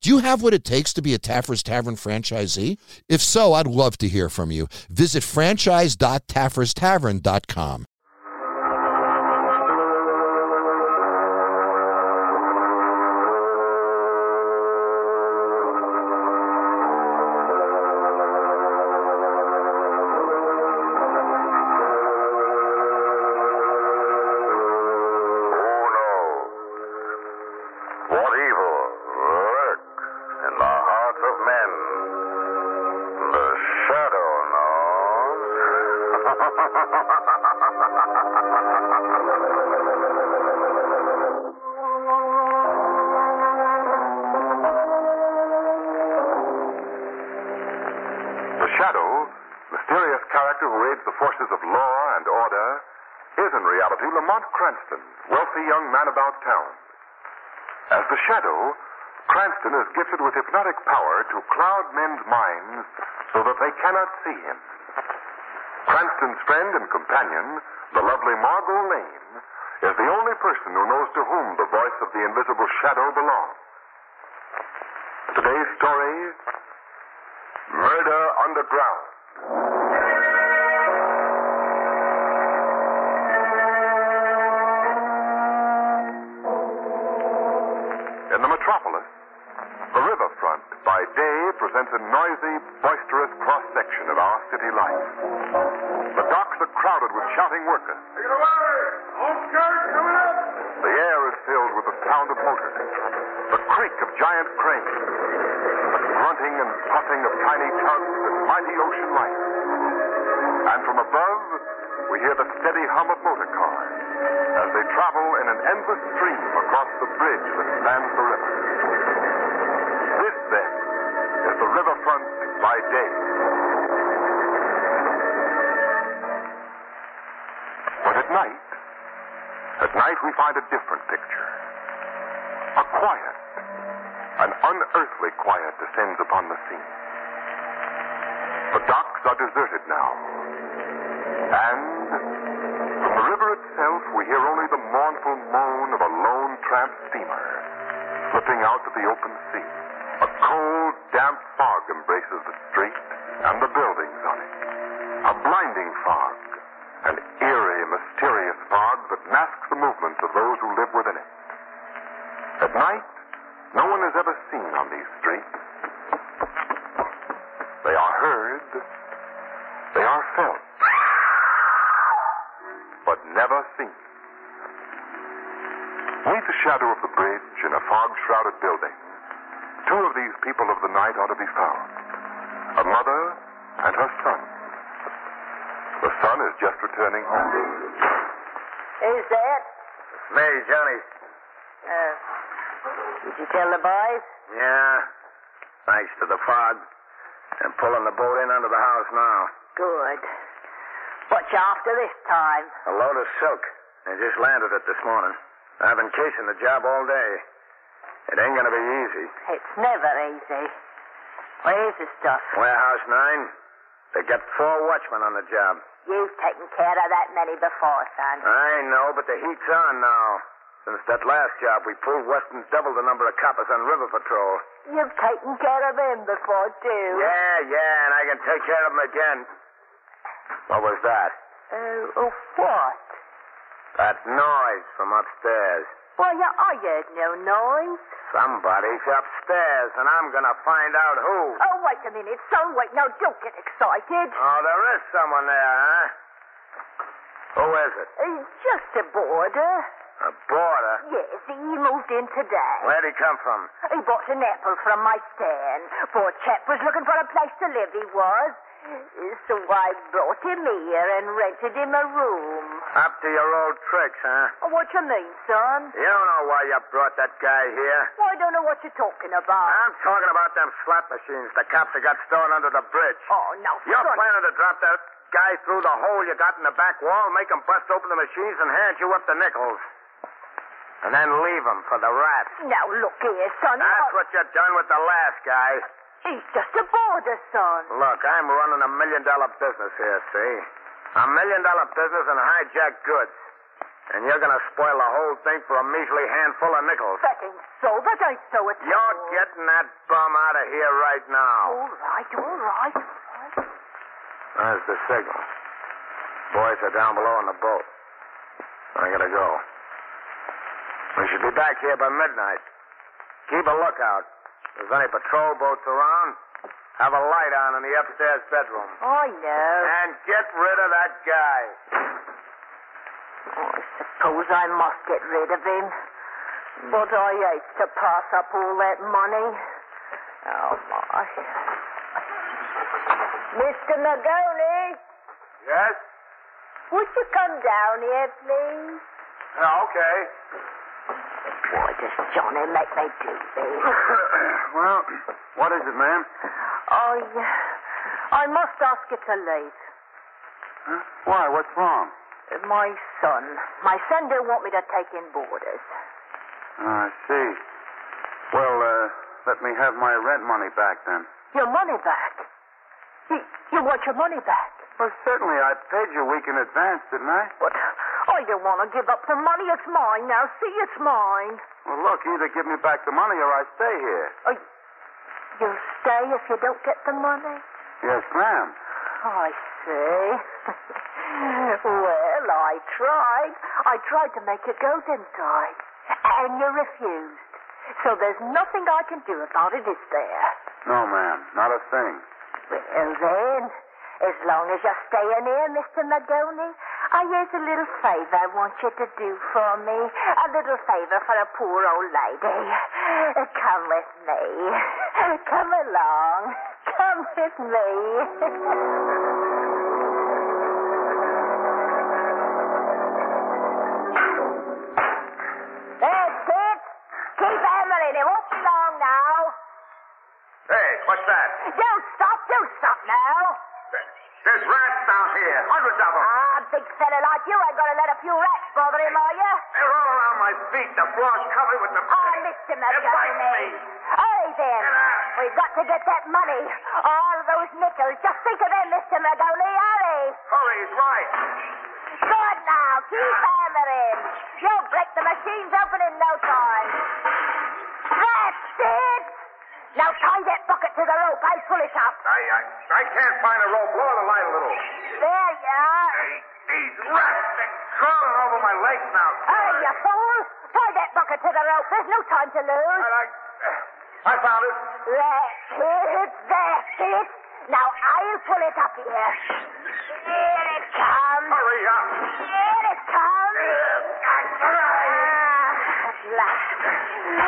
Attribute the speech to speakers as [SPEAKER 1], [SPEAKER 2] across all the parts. [SPEAKER 1] Do you have what it takes to be a Taffer's Tavern franchisee? If so, I'd love to hear from you. Visit franchise.tafferstavern.com.
[SPEAKER 2] no! What evil lurks in the hearts of men? The shadow knows. the shadow, mysterious character who aids the forces of law and order, is in reality Lamont Cranston, wealthy young man about town. As the shadow, Cranston is gifted with hypnotic power to cloud men's minds so that they cannot see him. Cranston's friend and companion, the lovely Margot Lane, is the only person who knows to whom the voice of the invisible shadow belongs. Today's story Murder Underground. In the metropolis, the riverfront by day presents a noisy, boisterous cross section of our city life. The docks are crowded with shouting workers. Take it away! coming up! The air is filled with the sound of motors, the creak of giant cranes, the grunting and puffing of tiny tugs and mighty ocean life. And from above, we hear the steady hum of motor cars as they travel in an endless stream across the bridge that spans the river. This, then, is the riverfront by day. But at night, at night we find a different picture. A quiet, an unearthly quiet descends upon the scene. The docks are deserted now. And from the river itself, we hear only the mournful moan of a lone tramp steamer slipping out to the open sea. A cold, damp fog embraces the street and the buildings on it. A blinding fog, an eerie, mysterious fog that masks the movements of those who live within it. At night, no one is ever seen on these streets. They are heard, they are felt but never seen. Neath the shadow of the bridge in a fog shrouded building, two of these people of the night are to be found a mother and her son. The son is just returning home.
[SPEAKER 3] Who's that?
[SPEAKER 2] Mary Johnny.
[SPEAKER 3] Uh, did you tell the boys?
[SPEAKER 2] Yeah. Thanks to the fog. And pulling the boat in under the house now.
[SPEAKER 3] Good. What you after this time?
[SPEAKER 2] A load of silk. They just landed it this morning. I've been casing the job all day. It ain't gonna be easy.
[SPEAKER 3] It's never easy. Where's the stuff?
[SPEAKER 2] Warehouse 9, they got four watchmen on the job.
[SPEAKER 3] You've taken care of that many before, son.
[SPEAKER 2] I know, but the heat's on now. Since that last job, we pulled Weston's double the number of coppers on River Patrol.
[SPEAKER 3] You've taken care of him before, too.
[SPEAKER 2] Yeah, yeah, and I can take care of them again. What was that?
[SPEAKER 3] Uh, oh, what?
[SPEAKER 2] That noise from upstairs.
[SPEAKER 3] Well, you, I heard no noise.
[SPEAKER 2] Somebody's upstairs, and I'm gonna find out who.
[SPEAKER 3] Oh, wait a minute,
[SPEAKER 2] Uh.
[SPEAKER 3] son. Wait, no, don't get excited.
[SPEAKER 2] Oh, there is someone there, huh?
[SPEAKER 4] Who is it?
[SPEAKER 3] He's just a boarder.
[SPEAKER 4] A boarder?
[SPEAKER 3] Yes, he moved in today.
[SPEAKER 4] Where'd he come from?
[SPEAKER 3] He bought an apple from my stand. Poor chap was looking for a place to live, he was. So I brought him here and rented him a room.
[SPEAKER 4] Up to your old tricks, huh?
[SPEAKER 3] Oh, what you mean, son?
[SPEAKER 4] You know why you brought that guy here.
[SPEAKER 3] Well, I don't know what you're talking about.
[SPEAKER 4] I'm talking about them slot machines the cops that got stolen under the bridge.
[SPEAKER 3] Oh, no,
[SPEAKER 4] You're
[SPEAKER 3] son.
[SPEAKER 4] planning to drop that guy through the hole you got in the back wall, make him bust open the machines, and hand you up the nickels. And then leave him for the rats.
[SPEAKER 3] Now, look here, son.
[SPEAKER 4] That's
[SPEAKER 3] I-
[SPEAKER 4] what you done with the last guy.
[SPEAKER 3] He's just a boarder, son.
[SPEAKER 4] Look, I'm running a million dollar business here, see? A million dollar business in hijacked goods. And you're gonna spoil the whole thing for a measly handful of nickels.
[SPEAKER 3] That ain't so. That ain't so at
[SPEAKER 4] You're
[SPEAKER 3] all.
[SPEAKER 4] getting that bum out of here right now.
[SPEAKER 3] All right, all right.
[SPEAKER 4] There's the signal. Boys are down below in the boat. I gotta go. We should be back here by midnight. Keep a lookout. If there's any patrol boats around, have a light on in the upstairs bedroom.
[SPEAKER 3] I know.
[SPEAKER 4] And get rid of that guy.
[SPEAKER 3] Oh, I suppose I must get rid of him. But I hate to pass up all that money. Oh, my. Mr. Magoni,
[SPEAKER 4] Yes?
[SPEAKER 3] would you come down here, please?
[SPEAKER 4] okay.
[SPEAKER 3] Why does Johnny make me do this?
[SPEAKER 4] well, what is it, ma'am?
[SPEAKER 3] I, I must ask you to leave.
[SPEAKER 4] Huh? Why? What's wrong?
[SPEAKER 3] My son, my son don't want me to take in boarders.
[SPEAKER 4] I see. Well, uh, let me have my rent money back then.
[SPEAKER 3] Your money back. You, you want your money back?
[SPEAKER 4] Well, certainly. I paid you a week in advance, didn't I?
[SPEAKER 3] But I don't want to give up the money. It's mine now. See, it's mine.
[SPEAKER 4] Well, look, either give me back the money or I stay here.
[SPEAKER 3] Oh, you'll stay if you don't get the money?
[SPEAKER 4] Yes, ma'am.
[SPEAKER 3] I see. well, I tried. I tried to make you go, didn't I? And you refused. So there's nothing I can do about it, is there?
[SPEAKER 4] No, ma'am. Not a thing.
[SPEAKER 3] Well, then, as long as you're staying here, Mr. Magoni, I here's a little favor I want you to do for me. A little favor for a poor old lady. Uh, Come with me. Come along. Come with me. That's it. Keep hammering. It won't be long now.
[SPEAKER 4] Hey, what's that?
[SPEAKER 3] Don't stop. Don't stop now.
[SPEAKER 4] There's rats down here. Hundreds of them.
[SPEAKER 3] Ah, big fella like you ain't gonna let a few rats bother him, are you?
[SPEAKER 4] They're all around my feet. The floor's covered with them.
[SPEAKER 3] Ah, Mr.
[SPEAKER 4] They're biting
[SPEAKER 3] Magoni.
[SPEAKER 4] me.
[SPEAKER 3] Hey then.
[SPEAKER 4] Get out.
[SPEAKER 3] We've got to get that money. All those nickels. Just think of them, Mr. Magoni. Hurry.
[SPEAKER 4] Hurry, he's right.
[SPEAKER 3] Good now. Keep hammering. You'll break the machines open in no time. That's it. Now tie that bucket to the rope. I'll pull it up.
[SPEAKER 4] I, I, I can't find a rope. Lower the light a little.
[SPEAKER 3] There you are.
[SPEAKER 4] Hey, these rats, they're crawling over my legs now.
[SPEAKER 3] Hurry, you fool. Tie that bucket to the rope. There's no time to lose.
[SPEAKER 4] I, I, I found it.
[SPEAKER 3] That's it, that's it. Now I'll pull it up here. Here it comes.
[SPEAKER 4] Hurry up.
[SPEAKER 3] Here it comes. Ah, at last.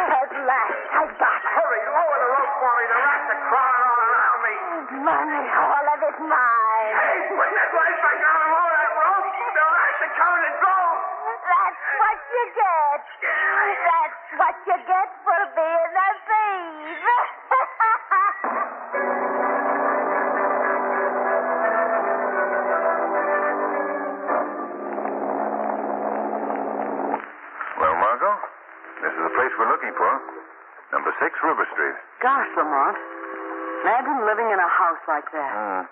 [SPEAKER 3] At last I got it.
[SPEAKER 4] Hurry, lower the rope for me. The rats are crawling all around me.
[SPEAKER 3] Money, all of it mine.
[SPEAKER 4] Hey, put that light back on and lower that rope. The rats are coming in droves.
[SPEAKER 3] That's what you get. That's what you get for being a thief.
[SPEAKER 5] Well, Margot, this is the place we're looking for. Number six River Street.
[SPEAKER 6] Gosh, Lamont. Imagine living in a house like that.
[SPEAKER 5] Hmm.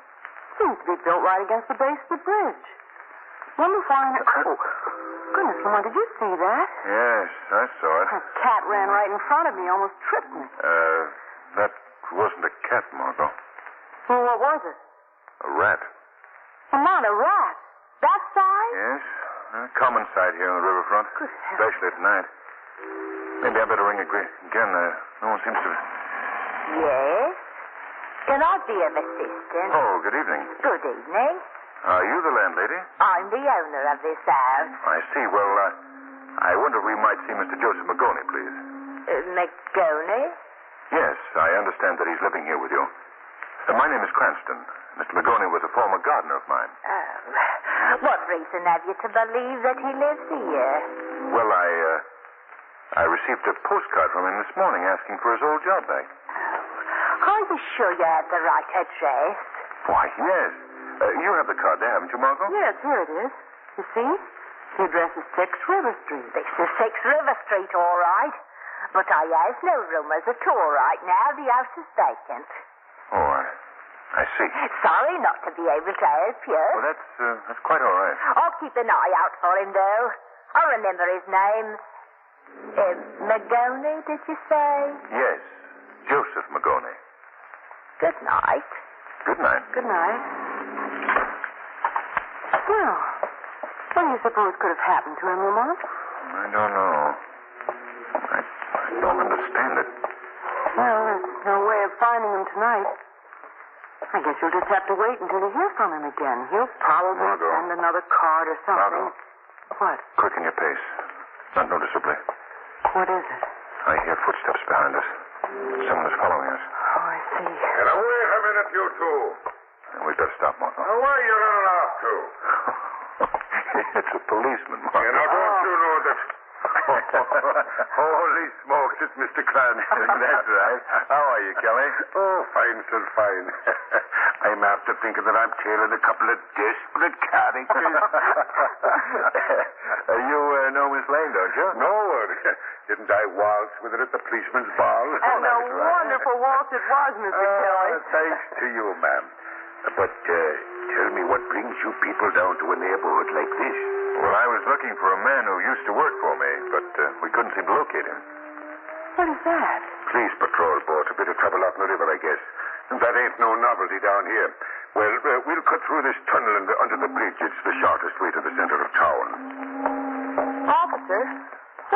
[SPEAKER 6] Seems to be built right against the base of the bridge. Let me find it. Oh, goodness, Lamont, did you see that?
[SPEAKER 5] Yes, I saw it.
[SPEAKER 6] A cat ran right in front of me, almost tripped me.
[SPEAKER 5] Uh, that wasn't a cat, Margot.
[SPEAKER 6] Well, what was it?
[SPEAKER 5] A rat.
[SPEAKER 6] Lamont, a rat. That size?
[SPEAKER 5] Yes? A common sight here on the riverfront.
[SPEAKER 6] Good heavens.
[SPEAKER 5] Especially at night. Maybe I better ring ag- again. Uh, no one seems to.
[SPEAKER 3] yes? Can I be of assistance?
[SPEAKER 5] Oh, good evening.
[SPEAKER 3] Good evening.
[SPEAKER 2] Are you the landlady?
[SPEAKER 3] I'm the owner of this house.
[SPEAKER 2] I see. Well, uh, I wonder if we might see Mr. Joseph Magoni, please.
[SPEAKER 3] Uh, McGoney?
[SPEAKER 2] Yes, I understand that he's living here with you. Uh, my name is Cranston. Mr. Magoni was a former gardener of mine.
[SPEAKER 3] Oh. What reason have you to believe that he lives here?
[SPEAKER 2] Well, I, uh, I received a postcard from him this morning asking for his old job back.
[SPEAKER 3] Are you sure you have the right address?
[SPEAKER 2] Why, yes. Uh, you have the card there, haven't you, Margot?
[SPEAKER 6] Yes, here it is. You see? The address is 6 River Street.
[SPEAKER 3] This is 6 River Street, all right. But I have no roomers at all right now. The house is vacant.
[SPEAKER 2] Oh, I, I see.
[SPEAKER 3] Sorry not to be able to help you.
[SPEAKER 2] Well, that's, uh, that's quite all right.
[SPEAKER 3] I'll keep an eye out for him, though. I remember his name. Uh, Magoni, did you say?
[SPEAKER 2] Yes, Joseph Magoni.
[SPEAKER 3] Good night.
[SPEAKER 2] Good night.
[SPEAKER 6] Good night. Well, what do you suppose could have happened to him, Lamont?
[SPEAKER 2] I don't know. I, I don't understand it.
[SPEAKER 6] Well, there's no way of finding him tonight. I guess you'll just have to wait until you hear from him again. He'll probably
[SPEAKER 2] Margot.
[SPEAKER 6] send another card or something.
[SPEAKER 2] Margot.
[SPEAKER 6] What?
[SPEAKER 2] Quicken your pace. Not noticeably.
[SPEAKER 6] What is it?
[SPEAKER 2] I hear footsteps behind us. Someone is following us.
[SPEAKER 6] Oh, I see.
[SPEAKER 4] Now, wait a minute, you two.
[SPEAKER 2] We'd better stop, Margot.
[SPEAKER 4] Now, where are you running off to?
[SPEAKER 2] it's a policeman,
[SPEAKER 4] You
[SPEAKER 2] Margot.
[SPEAKER 4] know, don't you know that...
[SPEAKER 2] Holy smokes, it's Mr. Cranston. That's right. How are you, Kelly?
[SPEAKER 4] Oh, fine, sir, fine. I'm after thinking that I'm tailing a couple of desperate characters.
[SPEAKER 2] Uh, you uh, know Miss Lane, don't you?
[SPEAKER 4] no, uh, didn't I waltz with her at the policeman's ball?
[SPEAKER 6] And a wonderful waltz it was, Mr. Kelly.
[SPEAKER 4] Uh, thanks to you, ma'am. But uh, tell me, what brings you people down to a neighborhood like this?
[SPEAKER 2] Well, I was looking for a man who used to work for me, but uh, we couldn't seem to locate him.
[SPEAKER 6] What is that?
[SPEAKER 4] Police patrol boat, a bit of trouble out in the river, I guess. And that ain't no novelty down here. Well, uh, we'll cut through this tunnel and under the bridge. It's the shortest way to the center of town.
[SPEAKER 6] Officer,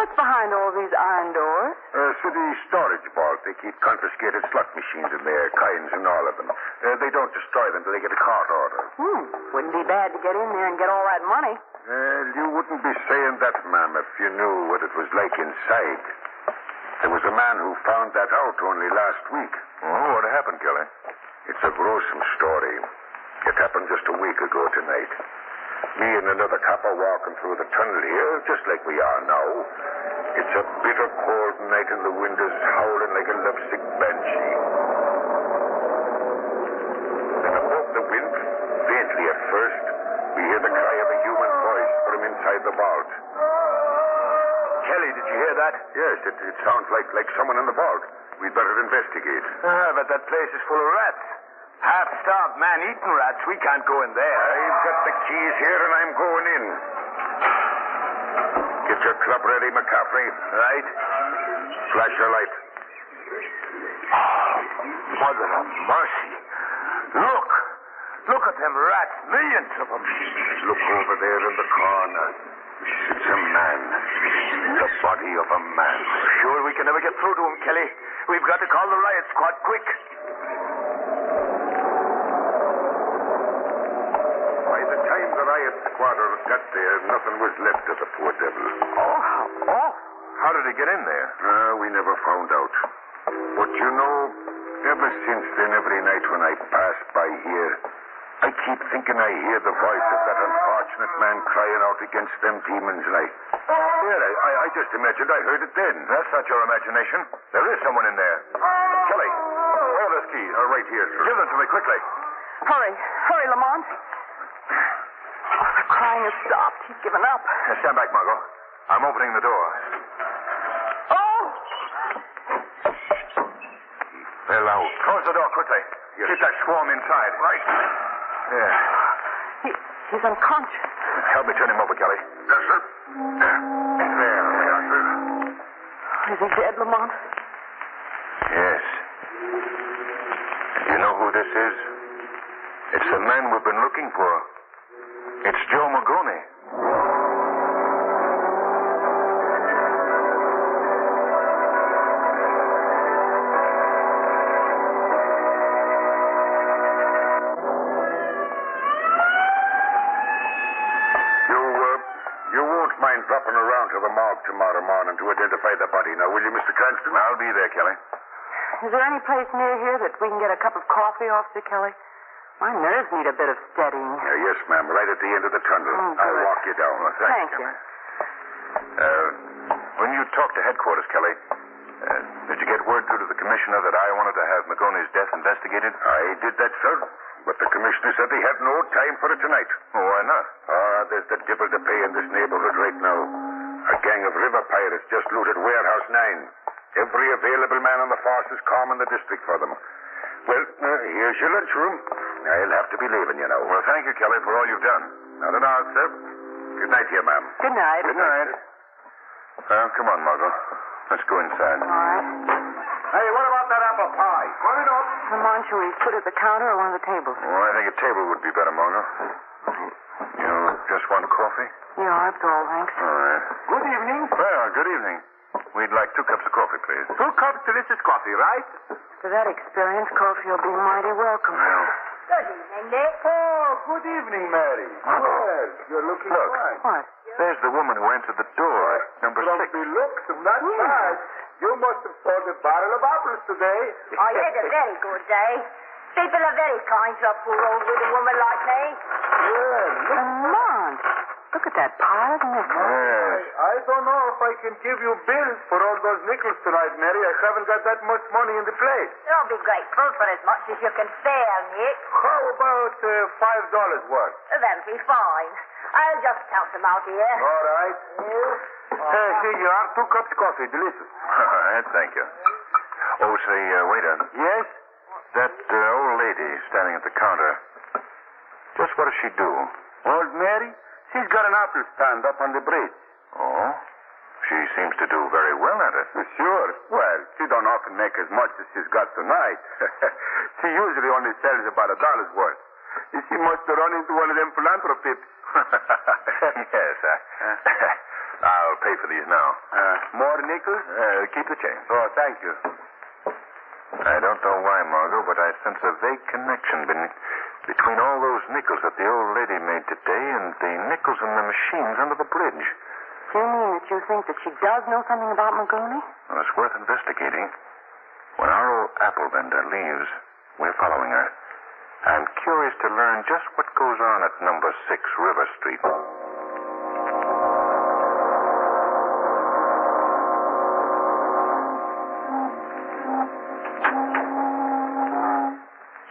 [SPEAKER 6] what's behind all these iron doors?
[SPEAKER 4] Uh, city storage vault. They keep confiscated slot machines in there, kinds and all of them. Uh, they don't destroy them till they get a court order.
[SPEAKER 6] Hmm. Wouldn't be bad to get in there and get all that money.
[SPEAKER 3] Oh,
[SPEAKER 4] Well, you wouldn't be saying that, ma'am, if you knew what it was like inside. There was a man who found that out only last week.
[SPEAKER 2] Oh, what happened, Kelly?
[SPEAKER 4] It's a gruesome story. It happened just a week ago tonight. Me and another cop are walking through the tunnel here, just like we are now. It's a bitter cold night, and the wind is howling like a lovesick banshee. And above the wind, faintly at first, we hear the cry of a
[SPEAKER 6] Oh,
[SPEAKER 4] human voice from inside the vault.
[SPEAKER 2] Kelly, did you hear that?
[SPEAKER 4] Yes, it, it sounds like, like someone in the vault. We'd better investigate.
[SPEAKER 2] Ah, but that place is full of rats. Half starved, man eating rats. We can't go in there.
[SPEAKER 4] I've got the keys here and I'm going in. Get your club ready, McCaffrey.
[SPEAKER 2] Right?
[SPEAKER 4] Flash your light.
[SPEAKER 2] Mother of mercy. Look. Look at them rats. Millions of them.
[SPEAKER 4] Look over there in the corner. It's a man. The body of a man.
[SPEAKER 2] Sure, we can never get through to him, Kelly. We've got to call the riot squad quick.
[SPEAKER 4] By the time the riot squadron got there, nothing was left of the poor devil.
[SPEAKER 2] Oh, how awful. How did he get in there?
[SPEAKER 4] Uh, we never found out. But you know, ever since then, every night when I pass by here, I keep thinking I hear the voice of that unfortunate man crying out against them demons. And I, well, I, I, I just imagined I heard it then.
[SPEAKER 2] That's not your imagination. There is someone in there. Kelly, where are those keys?
[SPEAKER 4] Uh, right here, sir.
[SPEAKER 2] Give them to me quickly.
[SPEAKER 6] Hurry, hurry, Lamont. Oh, the crying has stopped. He's given up.
[SPEAKER 2] Now stand back, Margot. I'm opening the door.
[SPEAKER 6] Oh!
[SPEAKER 4] Fell out.
[SPEAKER 2] Close the door quickly. Keep that swarm inside. Right. There.
[SPEAKER 6] He, he's unconscious.
[SPEAKER 2] Help me turn him over, Kelly.
[SPEAKER 4] Yes, sir. There. There. Yes, sir.
[SPEAKER 6] Is he dead, Lamont?
[SPEAKER 2] Yes. You know who this is? It's the man we've been looking for. It's Joe Magoni. uh, dropping around to the morgue tomorrow morning to identify the body. Now, will you, Mr. Cranston? I'll be there, Kelly.
[SPEAKER 6] Is there any place near here that we can get a cup of coffee, Officer Kelly? My nerves need a bit of steadying.
[SPEAKER 2] Uh, yes, ma'am. Right at the end of the tunnel.
[SPEAKER 6] Oh, good.
[SPEAKER 2] I'll walk you down.
[SPEAKER 6] Thank, you.
[SPEAKER 2] Uh, when you talked to headquarters, Kelly, uh, did you get word through to the commissioner that I wanted to have McGoney's death investigated? I did that, sir. But the commissioner said he had no time for it tonight. Why not? Ah, there's the devil to pay in this neighborhood right now. A gang of river pirates just looted Warehouse 9. Every available man on the force is calming the district for them. Well, uh, here's your lunchroom. I'll have to be leaving, you know. Well, thank you, Kelly, for all you've done. Not an hour, sir. Good night to you, ma'am.
[SPEAKER 6] Good night.
[SPEAKER 2] Good night. Uh, come on, Margot. Let's go inside.
[SPEAKER 6] All right.
[SPEAKER 2] Hey, what about that apple pie? Want it up?
[SPEAKER 6] The Monterey put at the counter or one of the tables?
[SPEAKER 2] Well, I think a table would be better, Margot. You just want coffee?
[SPEAKER 6] Yeah, that's all, thanks.
[SPEAKER 2] All right. Good evening. Well, good evening. We'd like two cups of coffee, please.
[SPEAKER 4] Two cups delicious coffee, right?
[SPEAKER 6] For that experience, coffee will be mighty welcome.
[SPEAKER 2] Well,
[SPEAKER 3] Good evening, Nick.
[SPEAKER 4] Oh, good evening, Mary. Yes, you're looking
[SPEAKER 2] Look.
[SPEAKER 4] fine.
[SPEAKER 6] What?
[SPEAKER 2] there's the woman who answered the door, number
[SPEAKER 4] From
[SPEAKER 2] six.
[SPEAKER 4] the looks of that size, you must have sold a barrel of apples today.
[SPEAKER 3] I had a very good day. People are very kind to a poor old widow woman like me.
[SPEAKER 4] Yes, look.
[SPEAKER 6] Blonde. Look at that piled nickel.
[SPEAKER 2] Yes.
[SPEAKER 4] I don't know if I can give you bills for all those nickels tonight, Mary. I haven't got that much money in the plate.
[SPEAKER 3] I'll be grateful for as much as you can spare, Nick.
[SPEAKER 4] How about uh, five dollars worth?
[SPEAKER 3] That'll be fine. I'll just count them out here.
[SPEAKER 4] All right. Uh, here you are, two cups coffee, delicious.
[SPEAKER 2] All right, thank you. Oh, say, uh, waiter,
[SPEAKER 4] Yes?
[SPEAKER 2] that uh, old lady standing at the counter, just what does she do?
[SPEAKER 4] Old Mary? She's got an apple stand up on the bridge.
[SPEAKER 2] Oh, she seems to do very well at it.
[SPEAKER 4] Sure. Well, she don't often make as much as she's got tonight. she usually only sells about a dollar's worth. She must have run into one of them philanthropists.
[SPEAKER 2] yes, I, I'll pay for these now.
[SPEAKER 4] Uh, more nickels?
[SPEAKER 2] Uh, keep the change.
[SPEAKER 4] Oh, thank you.
[SPEAKER 2] I don't know why, Margot, but I sense a vague connection been, between all those nickels that the old lady made today and the nickels in the machines under the bridge.
[SPEAKER 6] You mean that you think that she does know something about Magoni?
[SPEAKER 2] Well, it's worth investigating. When our old apple vendor leaves, we're following her. I'm curious to learn just what goes on at number six River Street.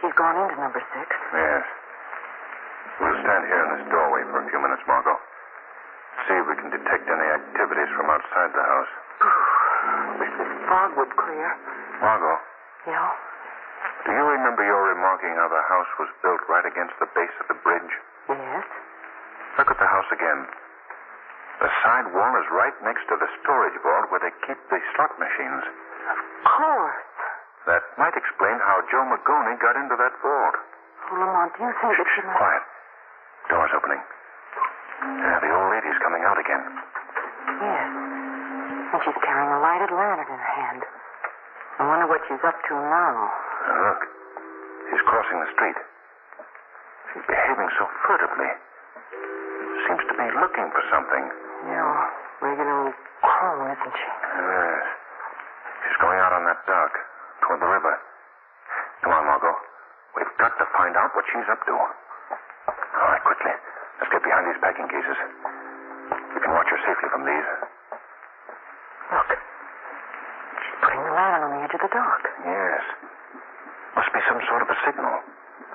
[SPEAKER 6] She's gone into number six.
[SPEAKER 2] Yes. We'll stand here in this doorway for a few minutes, Margot. See if we can detect any activities from outside the house.
[SPEAKER 6] Wish this fog would clear.
[SPEAKER 2] Margot,
[SPEAKER 6] Yeah?
[SPEAKER 2] do you remember your remarking how the house was built right against the base of the bridge?
[SPEAKER 6] Yes?
[SPEAKER 2] Look at the house again. The side wall is right next to the storage vault where they keep the slot machines.
[SPEAKER 6] Of course.
[SPEAKER 2] That might explain how Joe McGoney got into that vault.
[SPEAKER 6] Oh, Lamont, do you think that she might...
[SPEAKER 2] Quiet. Door's opening. Yeah, the old lady's coming out again.
[SPEAKER 6] Yes. And she's carrying a lighted lantern in her hand. I wonder what she's up to now.
[SPEAKER 2] Now, look. She's crossing the street. She's behaving so furtively. Seems to be looking for something.
[SPEAKER 6] Yeah, regular old crone, isn't she?
[SPEAKER 2] Yes. She's Uh, going out on that dock toward the river. Come on, Margot. We've got to find out what she's up to. All right, quickly. Let's get behind these packing cases. We can watch her safely from these.
[SPEAKER 6] Look. She's putting the lantern on the edge of the dock.
[SPEAKER 2] Yes. Must be some sort of a signal.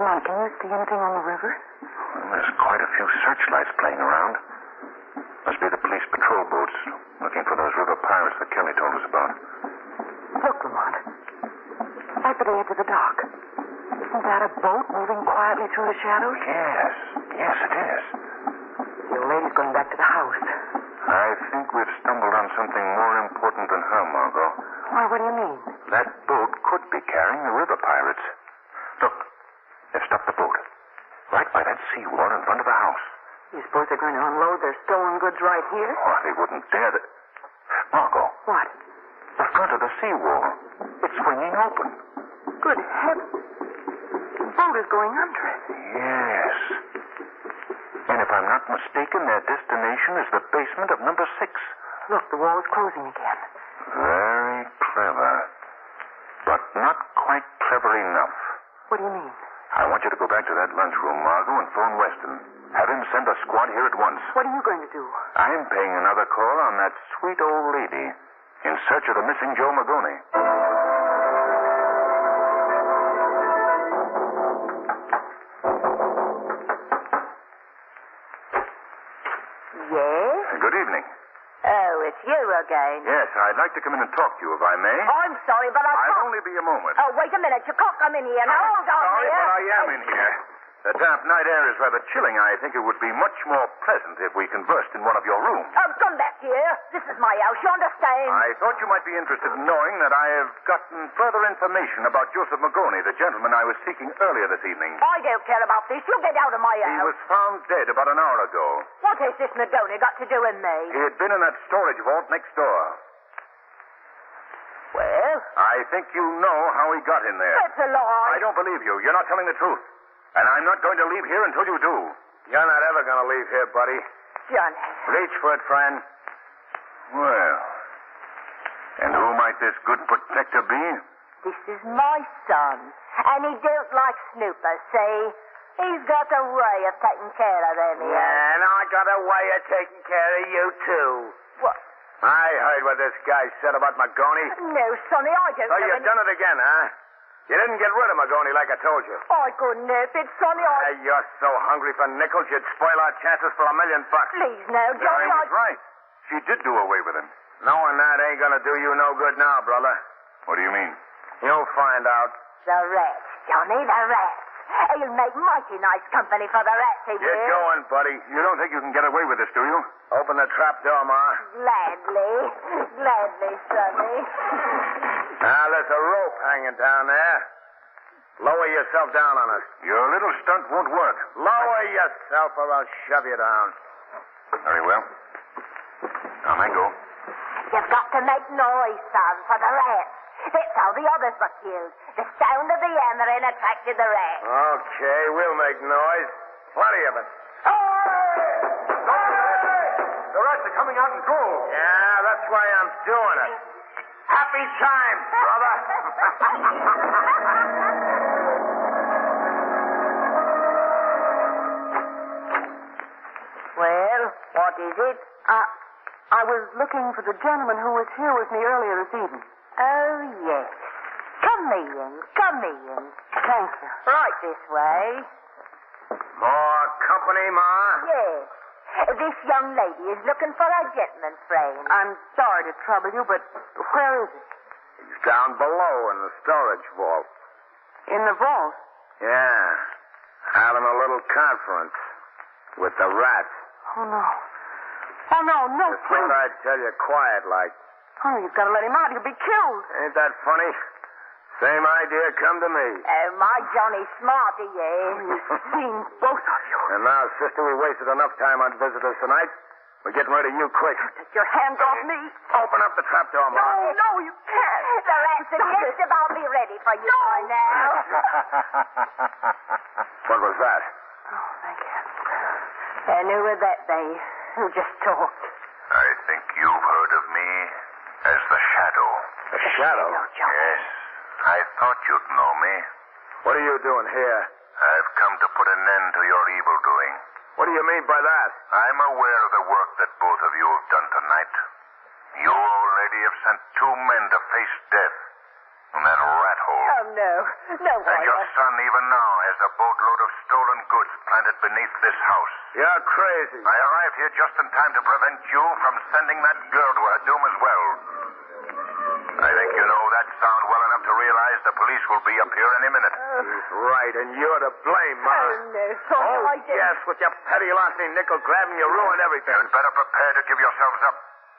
[SPEAKER 6] Lamont, can you see anything on the river?
[SPEAKER 2] Well, there's quite a few searchlights playing around. Must be the police patrol boats looking for those river pirates that Kelly told us about.
[SPEAKER 6] Look, Lamont. Right by the edge of the dock. Isn't that a boat moving quietly through the shadows?
[SPEAKER 2] Yes. Yes, it is.
[SPEAKER 6] The lady's going back to the house.
[SPEAKER 2] I think we've stumbled on something more important than her, Margot.
[SPEAKER 6] Why, what do you mean?
[SPEAKER 2] That boat could be carrying the river pirates. Look, they've stopped the boat. Right by that seawall in front of the house.
[SPEAKER 6] You suppose they're going to unload their stolen goods right here?
[SPEAKER 2] Oh, they wouldn't dare that. Margot,
[SPEAKER 6] What?
[SPEAKER 2] the front of the seawall. It's swinging open.
[SPEAKER 6] Good heavens. The boat is going under it.
[SPEAKER 2] Yes. And if
[SPEAKER 4] I'm not mistaken, their destination is the basement of number six.
[SPEAKER 6] Look, the wall is closing again.
[SPEAKER 2] Very clever. But not quite clever enough.
[SPEAKER 6] What do you mean?
[SPEAKER 2] I want you to go back to that lunchroom, Margot, and phone Weston. Have him send a squad here at once.
[SPEAKER 6] What are you going to do?
[SPEAKER 2] I'm paying another call on that sweet old lady in search of the missing Joe Magone.
[SPEAKER 3] Yes?
[SPEAKER 2] Good evening.
[SPEAKER 3] Oh, it's you again.
[SPEAKER 2] Yes, I'd like to come in and talk to you if I may.
[SPEAKER 3] I'm sorry, but I
[SPEAKER 2] I'll
[SPEAKER 3] can't.
[SPEAKER 2] only be a moment.
[SPEAKER 3] Oh, wait a minute. You can't come in here. Now, hold on
[SPEAKER 2] Sorry,
[SPEAKER 3] here. Oh,
[SPEAKER 2] but I am in here. The damp night air is rather chilling. I think it would be much more pleasant if we conversed in one of your rooms.
[SPEAKER 3] Oh, come back here. This is my house. You understand?
[SPEAKER 2] I thought you might be interested in knowing that I have gotten further information about Joseph Magone, the gentleman I was seeking earlier this evening.
[SPEAKER 3] I don't care about this. You get out of my
[SPEAKER 2] He
[SPEAKER 3] house.
[SPEAKER 2] was found dead about an hour ago.
[SPEAKER 3] What has this Madonna got to do with me?
[SPEAKER 2] He had been in that storage vault next door.
[SPEAKER 3] Well,
[SPEAKER 2] I think you know how he got in there.
[SPEAKER 3] that's a
[SPEAKER 2] I
[SPEAKER 3] lie.
[SPEAKER 2] don't believe you. You're not telling the truth. And I'm not going to leave here until you do.
[SPEAKER 4] You're not ever going to leave here, buddy.
[SPEAKER 3] John,
[SPEAKER 4] Reach for it, friend.
[SPEAKER 2] Well, and who might this good protector be?
[SPEAKER 3] this is my son. And he don't like Snooper, see? He's got a way of taking care of them here.
[SPEAKER 4] And I got a way of taking care of you, too.
[SPEAKER 3] What?
[SPEAKER 4] I heard what this guy said about Magoni.
[SPEAKER 3] No, Sonny, I don't
[SPEAKER 4] So
[SPEAKER 3] know
[SPEAKER 4] you've
[SPEAKER 3] any-
[SPEAKER 4] Oh, done it again, huh? You didn't get rid of Magoni like I told you.
[SPEAKER 3] I couldn't help it, Sonny. I...
[SPEAKER 4] Hey, you're so hungry for nickels, you'd spoil our chances for a million bucks.
[SPEAKER 3] Please, no, Johnny,
[SPEAKER 2] I
[SPEAKER 3] I...
[SPEAKER 2] was right. She did do away with him.
[SPEAKER 4] Knowing that ain't gonna do you no good now, brother.
[SPEAKER 2] What do you mean?
[SPEAKER 4] You'll find out.
[SPEAKER 3] The rats, Johnny, the rats. He'll make mighty nice company for the rats, he
[SPEAKER 4] Get
[SPEAKER 3] will.
[SPEAKER 4] going, buddy.
[SPEAKER 2] You don't think you can get away with this, do you?
[SPEAKER 4] Open the trap door, Ma.
[SPEAKER 3] Gladly. Gladly, Sonny.
[SPEAKER 4] Now, there's a rope hanging down there. Lower yourself down on us.
[SPEAKER 2] Your little stunt won't work.
[SPEAKER 4] Lower yourself or I'll shove you down.
[SPEAKER 2] Very well. Now, Mango,
[SPEAKER 3] You've got to make noise, son, for the rats. That's how the others were killed. The sound of the hammering attracted the rats.
[SPEAKER 4] Okay, we'll make noise. Plenty of it.
[SPEAKER 2] The rats are coming out in droves.
[SPEAKER 4] Yeah, that's why I'm doing it. Happy time, brother.
[SPEAKER 3] Well, what is it?
[SPEAKER 6] Uh, I was looking for the gentleman who was here with me earlier this evening.
[SPEAKER 3] Oh, yes. Come in, come in.
[SPEAKER 6] Thank you.
[SPEAKER 3] Right this way.
[SPEAKER 4] More company, Ma?
[SPEAKER 3] Yes. This young lady is looking for her gentleman friend.
[SPEAKER 6] I'm sorry to trouble you, but where is it?
[SPEAKER 4] He's down below in the storage vault.
[SPEAKER 6] In the vault.
[SPEAKER 4] Yeah. Having a little conference with the rats.
[SPEAKER 6] Oh, no. Oh, no, no,
[SPEAKER 4] Just what
[SPEAKER 6] please.
[SPEAKER 4] I tell you quiet like.
[SPEAKER 6] Oh, you've got to let him out. He'll be killed.
[SPEAKER 4] Ain't that funny? Same idea come to me.
[SPEAKER 3] Oh, my Johnny's smart, he is.
[SPEAKER 6] Seen both of you.
[SPEAKER 4] And now, sister, we wasted enough time on visitors tonight. We're getting rid of you quick.
[SPEAKER 6] Take your hands off me.
[SPEAKER 4] Open up the trap door, Ma.
[SPEAKER 6] Oh, no, you can't.
[SPEAKER 3] The rats are just about be ready for you by now.
[SPEAKER 4] What was that?
[SPEAKER 6] Oh, thank you.
[SPEAKER 3] And who would that be who just talked?
[SPEAKER 2] I think you've heard of me as the Shadow.
[SPEAKER 4] A shadow.
[SPEAKER 2] Yes, I thought you'd know me.
[SPEAKER 4] What are you doing here?
[SPEAKER 2] I've come to put an end to your evil doing.
[SPEAKER 4] What do you mean by that?
[SPEAKER 2] I'm aware of the work that both of you have done tonight. You, old lady, have sent two men to face death in that rat hole.
[SPEAKER 3] Oh, no. No
[SPEAKER 2] and
[SPEAKER 3] way. Oh,
[SPEAKER 2] your son, even now, has a boatload of stolen goods planted beneath this house.
[SPEAKER 4] You're crazy.
[SPEAKER 2] I arrived here just in time to prevent you from sending that girl to her doom as well. I think you know that sound well enough to realize the police will be up here any minute.
[SPEAKER 4] He's right, and you're to blame, Ma.
[SPEAKER 3] Oh, no. Sorry,
[SPEAKER 4] Oh,
[SPEAKER 3] I didn't.
[SPEAKER 4] yes, with your petty larceny nickel grabbing, you ruined everything.
[SPEAKER 2] You'd better prepare to give yourselves up.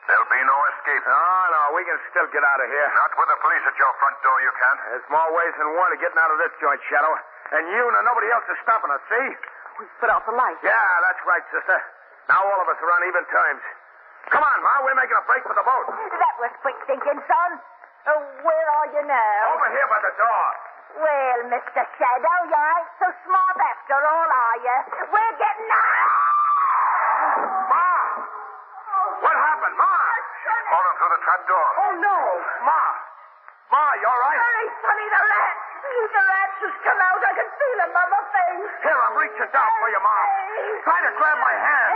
[SPEAKER 2] There'll be no escape.
[SPEAKER 4] No, no, we can still get out of here.
[SPEAKER 2] Not with the police at your front door, you can't.
[SPEAKER 4] There's more ways than one to getting out of this joint, Shadow. And you and nobody else is stopping us, see?
[SPEAKER 6] We put out the light.
[SPEAKER 4] Yeah, that's right, sister. Now all of us are on even terms. Come on, Ma, we're making a break for the boat.
[SPEAKER 3] That was quick thinking, son. Oh, where are you now?
[SPEAKER 4] Over here by the door.
[SPEAKER 3] Well, Mr. Shadow, you ain't so smart after all, are you? We're getting out.
[SPEAKER 4] Ma! What happened, Ma?
[SPEAKER 2] Fallen through the trap door.
[SPEAKER 4] Oh, no! Ma! Ma, you all right?
[SPEAKER 3] Hurry, Sonny, the rat! The rat's just come out. I can feel him by my face.
[SPEAKER 4] Here, I'm reaching down for you, Ma. Try to grab my hand.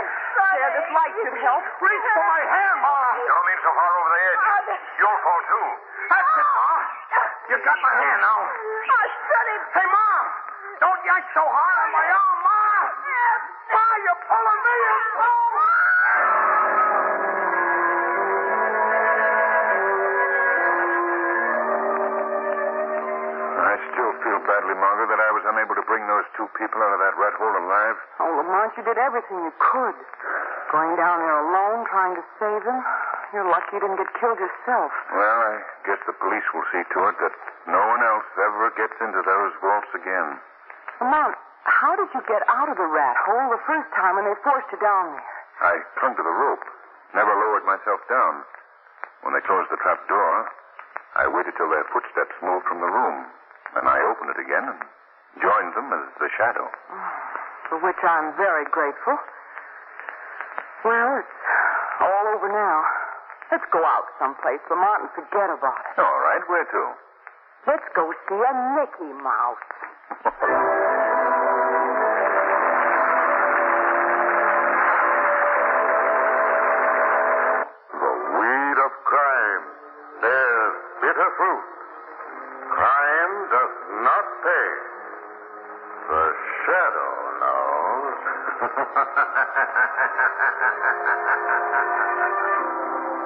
[SPEAKER 3] Yeah, this light should help.
[SPEAKER 4] Reach for my hand, Ma!
[SPEAKER 2] Don't lean so far over the edge. You'll fall too.
[SPEAKER 4] That's it, Ma. You got my hand now.
[SPEAKER 3] Oh, Sonny,
[SPEAKER 4] Hey, Ma! Don't yank so hard on my arm, Ma! Ma, you're pulling me in.
[SPEAKER 2] I still feel badly, Margaret, that I was unable to bring those two people out of that rat hole alive.
[SPEAKER 6] Oh, Lamont, you did everything you could. Going down there alone, trying to save him. You're lucky you didn't get killed yourself.
[SPEAKER 2] Well, I guess the police will see to it that no one else ever gets into those vaults again.
[SPEAKER 6] Lamont, how did you get out of the rat hole the first time when they forced you down there?
[SPEAKER 2] I clung to the rope, never lowered myself down. When they closed the trap door, I waited till their footsteps moved from the room. Then I opened it again and joined them as the shadow.
[SPEAKER 6] For which I'm very grateful. Well, it's all over now. Let's go out someplace, Lamont, and forget about it.
[SPEAKER 2] All right, where to?
[SPEAKER 6] Let's go see a Mickey Mouse.
[SPEAKER 2] The weed of crime bears bitter fruit. Crime does not pay. The shadow knows.